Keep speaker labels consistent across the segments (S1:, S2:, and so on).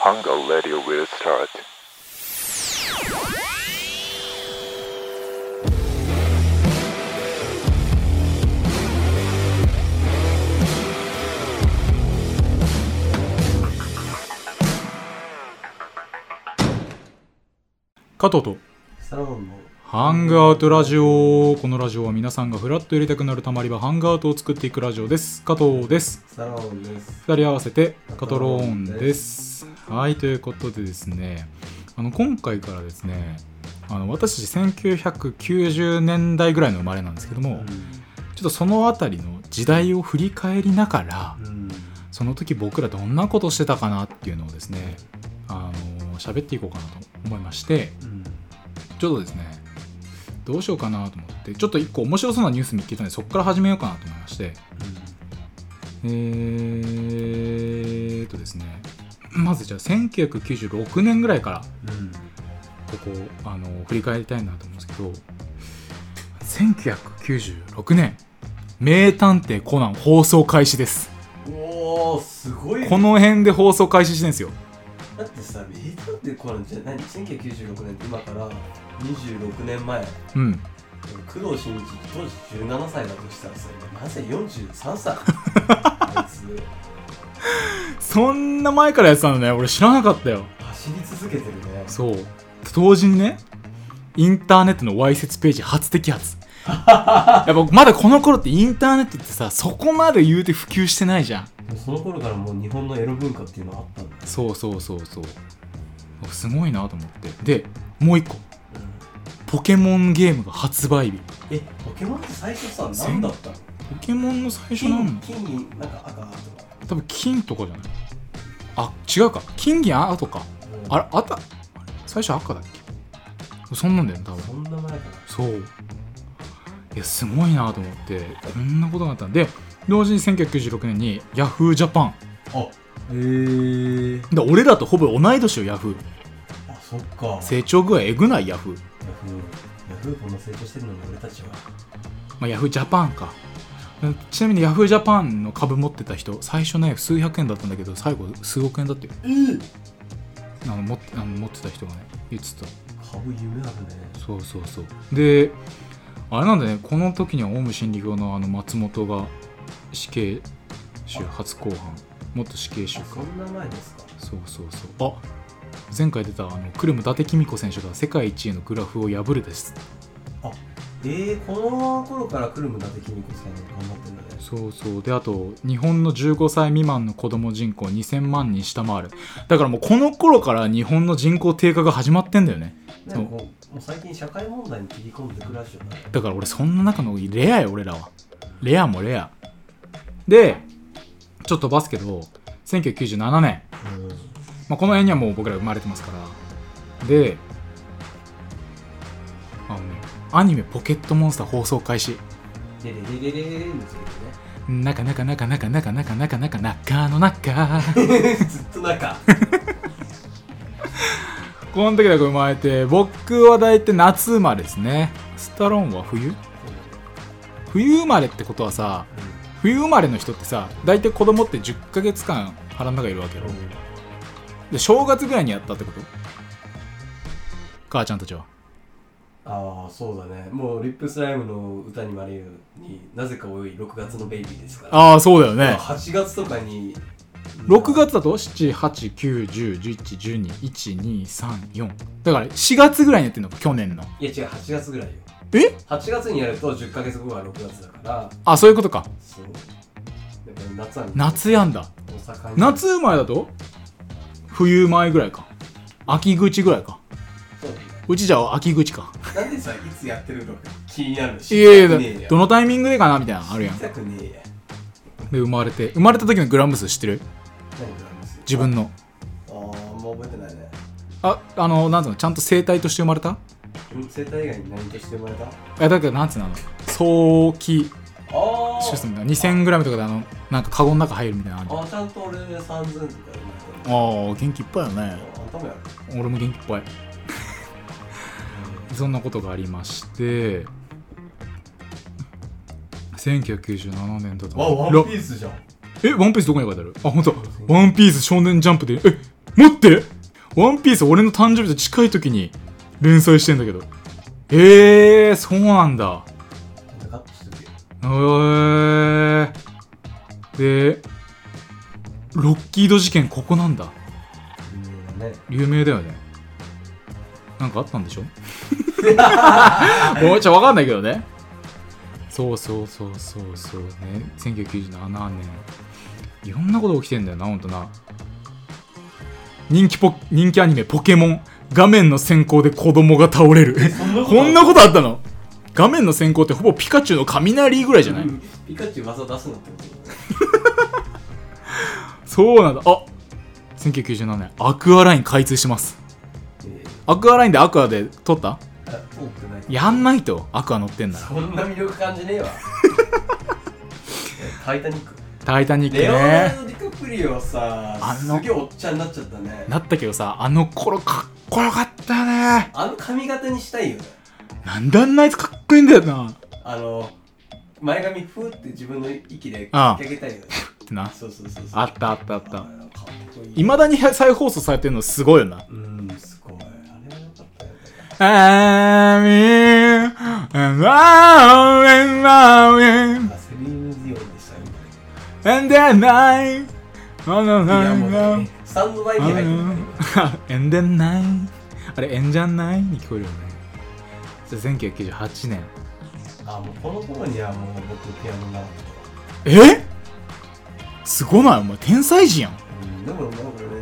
S1: Hango Radio will start.
S2: 加藤と
S3: サロンの
S2: ハングアウトラジオこのラジオは皆さんがフラッと入れたくなるたまり場ハングアウトを作っていくラジオです加藤です
S3: サロンです。
S2: 2人合わせてカトローンですはいということでですねあの今回からですねあの私1990年代ぐらいの生まれなんですけども、ちょっとその辺りの時代を振り返りながら、
S3: うん
S2: その時僕らどんなことしてたかなっていうのをですねあの喋っていこうかなと思いまして、
S3: うん
S2: ちょっとですね、どうしようかなと思って、ちょっと一個面白そうなニュース見つけたんで、そこから始めようかなと思いまして、えーっとですね、まずじゃあ1996年ぐらいから、
S3: うん
S2: ここ、あの、振り返りたいなと思うんですけど、1996年、名探偵コナン放送開始です。
S3: おおすごいね
S2: この辺で放送開始してるんですよ。
S3: だってさ名探偵コナンじゃ何1996年って今から26年前
S2: うん。
S3: 工藤新一当時17歳だとしたらさ今なぜ43歳あいつ
S2: そんな前からやってたのね、俺知らなかったよ。
S3: 走り続けてるね
S2: そう同時にねインターネットのわいせつページ初摘 発やっぱまだこの頃ってインターネットってさそこまで言うて普及してないじゃん
S3: もうその頃からもう日本のエロ文化っていうのはあったんだ
S2: そうそうそうそうすごいなと思ってでもう一個ポケモンゲームが発売日
S3: えポケモンって最初さ何だったの
S2: ポケモンの最初なの
S3: 金金になんか赤とか
S2: 多分金とかじゃないあ違うか金銀あとかあ
S3: ら
S2: れあったあれ最初赤だっけそんなんだよね多分
S3: そんな前から
S2: そういやすごいなと思ってこんなことがあったんで同時に1996年に YahooJapan
S3: あへえー、
S2: で俺らとほぼ同い年よ Yahoo
S3: あそっか
S2: 成長具合えぐない Yahoo
S3: ヤフーヤフーこんな成長してるのに俺たちは
S2: まあ、YahooJapan かちなみに YahooJapan の株持ってた人最初ね数百円だったんだけど最後数億円だってよ
S3: うん
S2: あの持ってあの持ってた人がね言ってた
S3: 株夢あるね
S2: そうそうそうであれなんだねこの時にはオウム真理教のあの松本が死刑囚初公判元死刑囚
S3: あ
S2: か
S3: そんな前ですか
S2: そうそうそうあ前回出たあのクルム伊達公子選手が世界一位のグラフを破るです
S3: えー、この頃からクルムだって君子さん頑張ってんだね
S2: そうそうであと日本の15歳未満の子供人口2000万人下回るだからもうこの頃から日本の人口低下が始まってんだよね
S3: なんかこうもう最近社会問題に切り込んでくらしよね
S2: だから俺そんな中のレアよ俺らはレアもレアでちょっとバスけど1997年、
S3: うん
S2: まあ、この辺にはもう僕ら生まれてますからであのねアニメ「ポケットモンスター」放送開始
S3: ででででででんですけ
S2: なかなかなかなかなかなかなかなかなかの中
S3: どねずっと中
S2: この時だけ生まれて僕は大体夏生まれですねスタローンは冬冬生まれってことはさ冬生まれの人ってさ大体子供って10ヶ月間腹の中いるわけよで正月ぐらいにやったってこと母ちゃんたちは
S3: ああそうだねもうリップスライムの歌にもあるようになぜか多い6月のベイビーですから
S2: ああそうだよ
S3: ま
S2: ね
S3: あ8月とかに
S2: 6月だと7891011121234だから4月ぐらいにやってんのか去年の
S3: いや違う8月ぐらいよ
S2: え
S3: 8月にやると10ヶ月後は6月だから
S2: あそういうことか
S3: そうだから夏は
S2: 夏やんだ
S3: お盛んに
S2: 夏生まれだと冬前ぐらいか秋口ぐらいか
S3: そう
S2: うちじゃあ秋口か
S3: なんでさいつやってるのか気になるし
S2: いやいや
S3: ねえや
S2: どのタイミングでかなみたいなのあるやん
S3: 聞き
S2: で
S3: たくねえや
S2: 生まれて生まれた時のグラム数知ってる
S3: 何なんです
S2: 自分の
S3: ああもう覚えてないね
S2: ああのなんつうのちゃんと生体として生まれた
S3: うん生体以外に何としてもらえたあ
S2: いやだけどなんつうのあの早期
S3: あ
S2: 出産みたいな 2000g とかであのなんかカゴの中入るみたいなのあるじゃん
S3: ああちゃんと俺ね3000とか生まれたの
S2: ああ元気いっぱいよね
S3: あんたもやる
S2: 俺も元気いっぱいそんなことがありまして1997年だと
S3: わワンピースじゃん
S2: えワンピースどこに書いてあるあ本当ワンピース少年ジャンプでえ待ってワンピース俺の誕生日と近い時に連載してんだけど。えー、そうなんだ。
S3: なんだカットしてるよ
S2: えー、で、ロッキード事件ここなんだ。
S3: 有名だね
S2: 有名だよね。なんかあったんで しょもうちょっとわかんないけどね。そうそうそうそうそうね。1997年。いろんなこと起きてんだよな、ほんとな。人気ポ、人気アニメポケモン。画面の先行で子供が倒れる。 こんなことあったの画面の先行ってほぼピカチュウの雷ぐらいじゃない、
S3: うんピカチュウ技出すのってこと
S2: そうなんだ。あ1997年、アクアライン開通します。
S3: え
S2: アクアラインでアクアで撮った
S3: ーあ多くない
S2: やんないとアクア乗ってんなら
S3: そんな魅力感じね えわタイタニック
S2: タイタニック
S3: レオナ
S2: ね
S3: ルド・ディカプリオさ
S2: あの
S3: すげえおっちゃんになっちゃったね
S2: なったけどさあの頃かっこよかったよね
S3: あの髪型にしたいよね
S2: なんであんなやつかっこいいんだよなっ
S3: あの前髪ふーって自分の息で
S2: ああ
S3: かき上げたいよね
S2: てな
S3: そうそうそうそう
S2: あったあったあっ
S3: あ
S2: た
S3: れはかっこいい
S2: いまだに再放送されてるのすごいよな
S3: うんすごいあれはよかったよね
S2: あーみーあーみー
S3: あセリーヌ・ディオンでしたよね
S2: あんでない あの
S3: いや
S2: な
S3: も
S2: いうな
S3: ねスタンド バイに入ってるから今
S2: えんでない あれえんじゃないに聞こえるよねじゃあ1998年
S3: あもうこの頃にはもう僕ピアノが、
S2: えすごないお前天才児やん、
S3: うん、でもなんか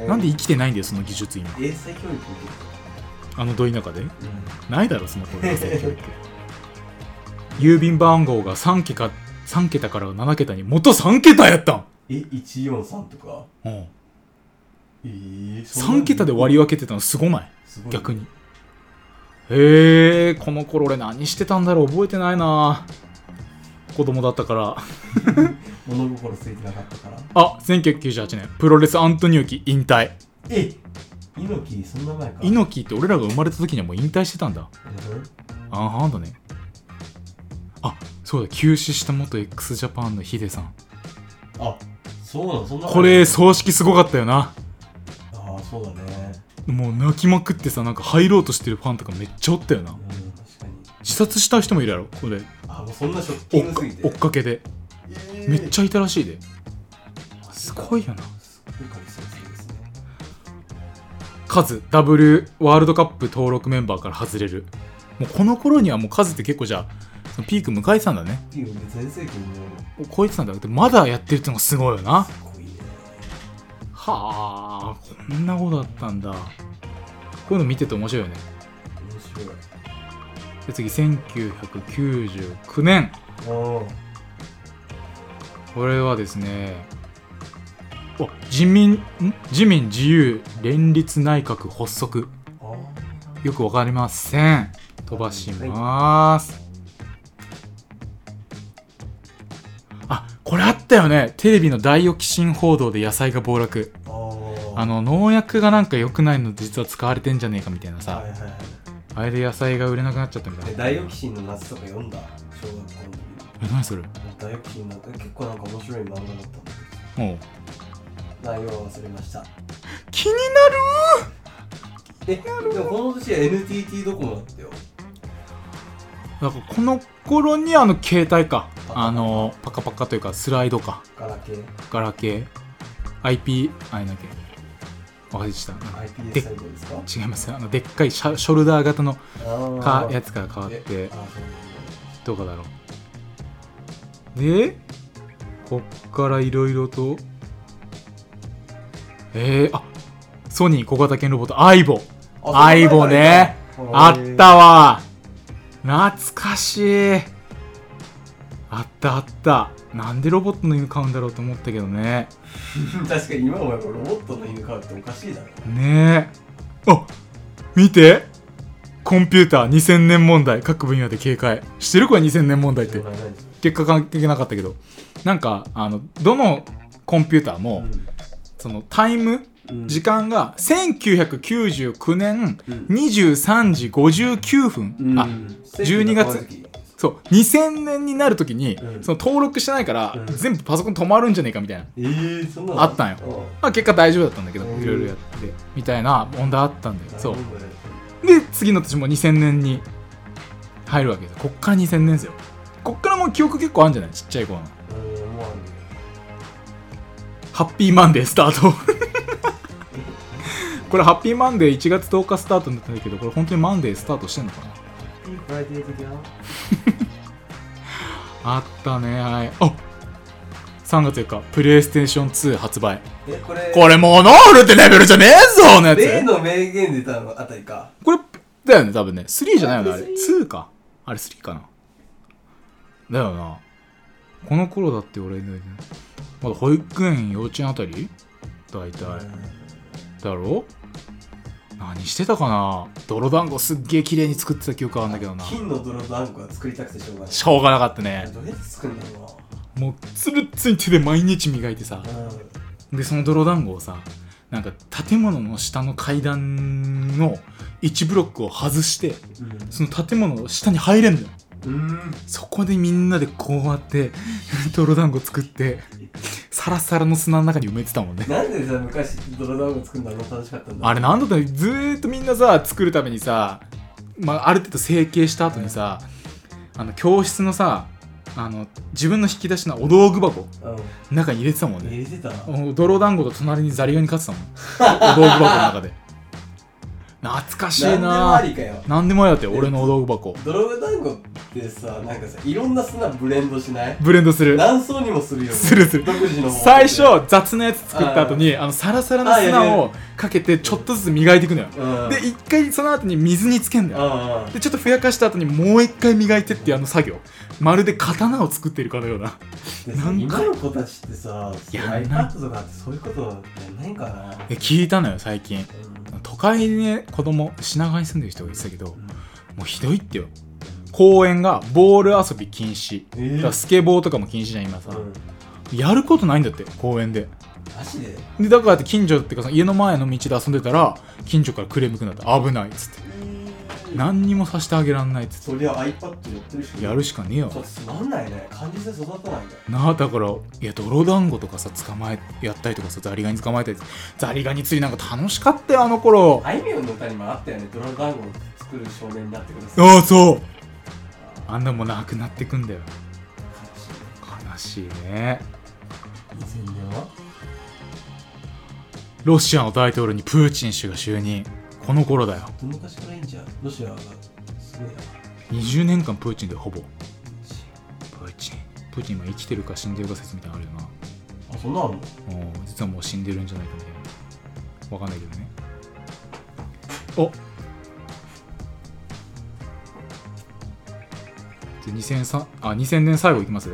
S3: ね
S2: なんで生きてないんだよその技術今
S3: 英才教育受
S2: あのど田舎で
S3: ける、
S2: ないだろその頃の英才教育 郵便番号が3桁3桁から7桁に元3桁やったん、
S3: え143とか
S2: うん、
S3: えー、そんな
S2: 3桁で割り分けてたのすごない
S3: すごい
S2: 逆にへえこの頃俺何してたんだろう覚えてないな子供だったから
S3: 物心ついてなかったから
S2: あ1998年プロレスアントニオ木引退
S3: え猪木そんな前か
S2: 猪木って俺らが生まれた時にはもう引退してたんだ
S3: うん
S2: あーなんだねあそうだ急死した元 x ジャパンのヒデさん
S3: あそうなのそんな前
S2: これ葬式すごかったよな
S3: ああそうだね
S2: もう泣きまくってさなんか入ろうとしてるファンとかめっちゃおったよな
S3: うん確かに
S2: 自殺した人もいるやろこれ
S3: あもうそんなショッキ
S2: 追
S3: ン
S2: っ
S3: グ
S2: か
S3: すぎて
S2: 追っかけで
S3: えー
S2: めっちゃいたらしいですすごいよな
S3: すごい感じですね
S2: カズ W ワールドカップ登録メンバーから外れるもうこの頃にはもうカズって結構じゃあそのピーク迎えてたんだね
S3: っていうね全盛期にもう
S2: 超えてたんだけどまだやってるってのがすごいよな
S3: すごいね
S2: はあこんなことだったんだこういうの見てて面白いよね
S3: 面白い
S2: で次1999年
S3: うん
S2: これはですねお自民ん自民自由連立内閣発足
S3: あ
S2: よくわかりません飛ばします、あこれあったよねテレビのダイオキシン報道で野菜が暴落
S3: あー
S2: あの農薬がなんか良くないの実は使われてんじゃねえかみたいなさ、
S3: はいはいはい
S2: あれで野菜が売れなくなっちゃったみた
S3: え
S2: いな
S3: ダイオキシンの夏とか読んだ小学校の時
S2: え何それ
S3: ダイオキシンなんか結構なんか面白い漫画だったんだ
S2: もう
S3: けど内容は忘れました
S2: 気に
S3: えでもこの年は NTT ドコモだったよ
S2: なるなんかこの頃にあの携帯か
S3: パカパカ
S2: あのパカパカというかスライドか
S3: ガラケー
S2: ガラケー IP あれなんだっけ忘れてた
S3: iPS
S2: で
S3: サイトですか
S2: 違いますあのでっかいシャショルダー型の
S3: あ
S2: かやつから変わっ
S3: え
S2: て
S3: あーそう
S2: どうかだろうでこっからいろいろとえー、あソニー小型犬ロボットアイボ
S3: なんだ
S2: アイボねあったわ懐かしいあったあったなんでロボットの犬飼うんだろうと思ったけどね
S3: 確かに今思えばロボットの犬飼うっておかしいだろ
S2: ねえあ見てコンピューター2000年問題各分野で警戒してるこれ2000年問題って結果関係なかったけどなんかあのどのコンピューターも、そのタイム時間が1999年
S3: うん
S2: 23時59分、あ12月そう2000年になるときに、
S3: うん
S2: その登録してないから、
S3: うん
S2: 全部パソコン止まるんじゃねえかみたいな、
S3: えー、そんなの
S2: あったんよまあ、結果大丈夫だったんだけど、
S3: うん
S2: いろいろやってみたいな問題あったんだよそ
S3: そ
S2: ううで次の年も2000年に入るわけですよこっから2000年ですよこっからもう記憶結構あるんじゃないちっちゃい頃の
S3: うんまあね
S2: ハッピーマンデースター トこれハッピーマンデー1月10日スタートになったんだけどこれ本当にマンデースタートしてんのかない
S3: いフライデー的な
S2: あったねはいあ3月4日プレイステーション2発売
S3: えこれ
S2: これモノールってレベルじゃねえぞのや
S3: 例
S2: つ
S3: の名言出たのあたりか
S2: これだよね多分ね3じゃないよねあれ
S3: これ3
S2: 2かあれ3かなだよなこの頃だって俺ねまだ保育園幼稚園あたり大体、だろ何してたかな泥団子すっげえ綺麗に作ってた記憶あるんだけどなし
S3: 金の泥とあんこは作りたくてしょうがない
S2: ょうがなかった
S3: あれ
S2: ね
S3: どうやって作るんだろ
S2: もうつるっつい手で毎日磨いてさ
S3: うな
S2: でその泥団子をさなんか建物の下の階段の1ブロックを外してその建物の下に入れんのよ
S3: うんうん
S2: そこでみんなでこうやって 泥団子作ってサラサラの砂の中に埋めてたもんね
S3: なんでさ昔泥団子作るのあの楽しかったんだ
S2: あれなんだったのずーっとみんなさ作るためにさ、まあ、ある程度整形した後にさあの教室のさあの自分の引き出しのお道具箱
S3: う
S2: 中に入れてたもん
S3: ん入
S2: ね
S3: れてた
S2: 泥団子と隣にザリガニ飼ってたもんお道具箱の中で懐かしい
S3: なんでもあ
S2: な
S3: りかよ
S2: 何でもやって俺のお道具箱
S3: 泥団子ってさなんかさいろんな砂ブレンドしない
S2: ブレンドする
S3: 何層にもするよね
S2: するする
S3: 独自のもの
S2: 最初雑なやつ作った後にあのサラサラの砂をかけてちょっとずつ磨いていくのよ
S3: うん
S2: で一回その後に水につけんだよ
S3: ああ
S2: でちょっとふやかした後にもう一回磨いてっていうあの作業まるで刀を作ってるかのような
S3: で
S2: な
S3: さ
S2: んか
S3: 今の子たちってさ
S2: いや
S3: iPad とかってそういうことやんないんかな
S2: え聞いたのよ最近
S3: う
S2: 都会にね子供品川に住んでる人が言ってたけども
S3: ん
S2: うひどいってよ公園がボール遊び禁止
S3: えー
S2: だからスケボーとかも禁止じゃん今さ、
S3: うん
S2: やることないんだって公園で
S3: マジで
S2: でだからって近所っていうかその家の前の道で遊んでたら近所からクレームくんだった危ないっつって何にもさせてあげらんないっつっ
S3: そりゃ iPad やってるし、
S2: てやるしかねえよ
S3: そうつまんないね感じで育たないんだ
S2: なあだからいや泥団子とかさ捕まえやったりとかさザリガニ捕まえたりザリガニ釣りなんか楽しかったよあの頃
S3: あいみょんの歌にもあったよねドラゴンを作る少年になってください
S2: ああそうあんなもんなくなってくんだよ悲しいね
S3: 2000年は
S2: ロシアの大統領にプーチン氏が就任この頃だよ
S3: どの昔からいいんじゃんロシアがすごいな
S2: 20年間プーチンでほぼプーチンプーチン今生きてるか死んでるか説みたいなのあるよな
S3: あそんなのあんの
S2: もう実はもう死んでるんじゃないかみたいなわかんないけどねおで2003あ2000年最後いきます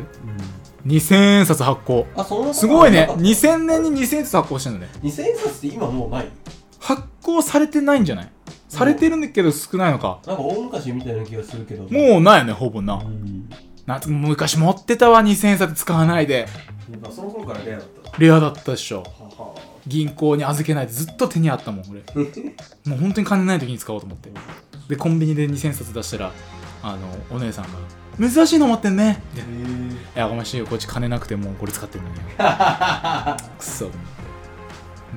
S2: 2000円札発行
S3: あそんなこと
S2: すごいね
S3: あ
S2: 2000年に2000円札発行してるのね
S3: 2000円札って今もうない
S2: 発行されてないんじゃないされてるんだけど少ないのか
S3: なんか大昔みたいな気がするけどう
S2: もうないよねほぼなんな昔持ってたわ2000円札使わないで
S3: やっぱその頃からレアだった
S2: レアだったでしょ
S3: はは
S2: 銀行に預けないでずっと手にあったもん俺もう本当に金ない時に使おうと思ってでコンビニで2000冊出したらあのお姉さんが「珍しいの持ってんね」みたいな「いやごめんなさいよこっち金なくてもうこれ使ってるのに」くっそと思って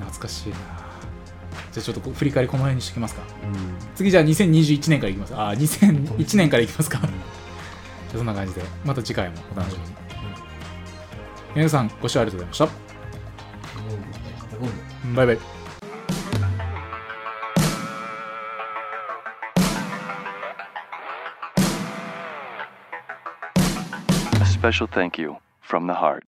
S2: 懐かしいなじゃあちょっとこう振り返りこの辺にしときますか次じゃあ2021年からいきますあ2001年からいきますかじゃあそんな感じでまた次回もお楽しみに皆さんご視聴ありがとうございまし
S3: また今度
S2: たバイバイ
S4: A special thank you from the heart.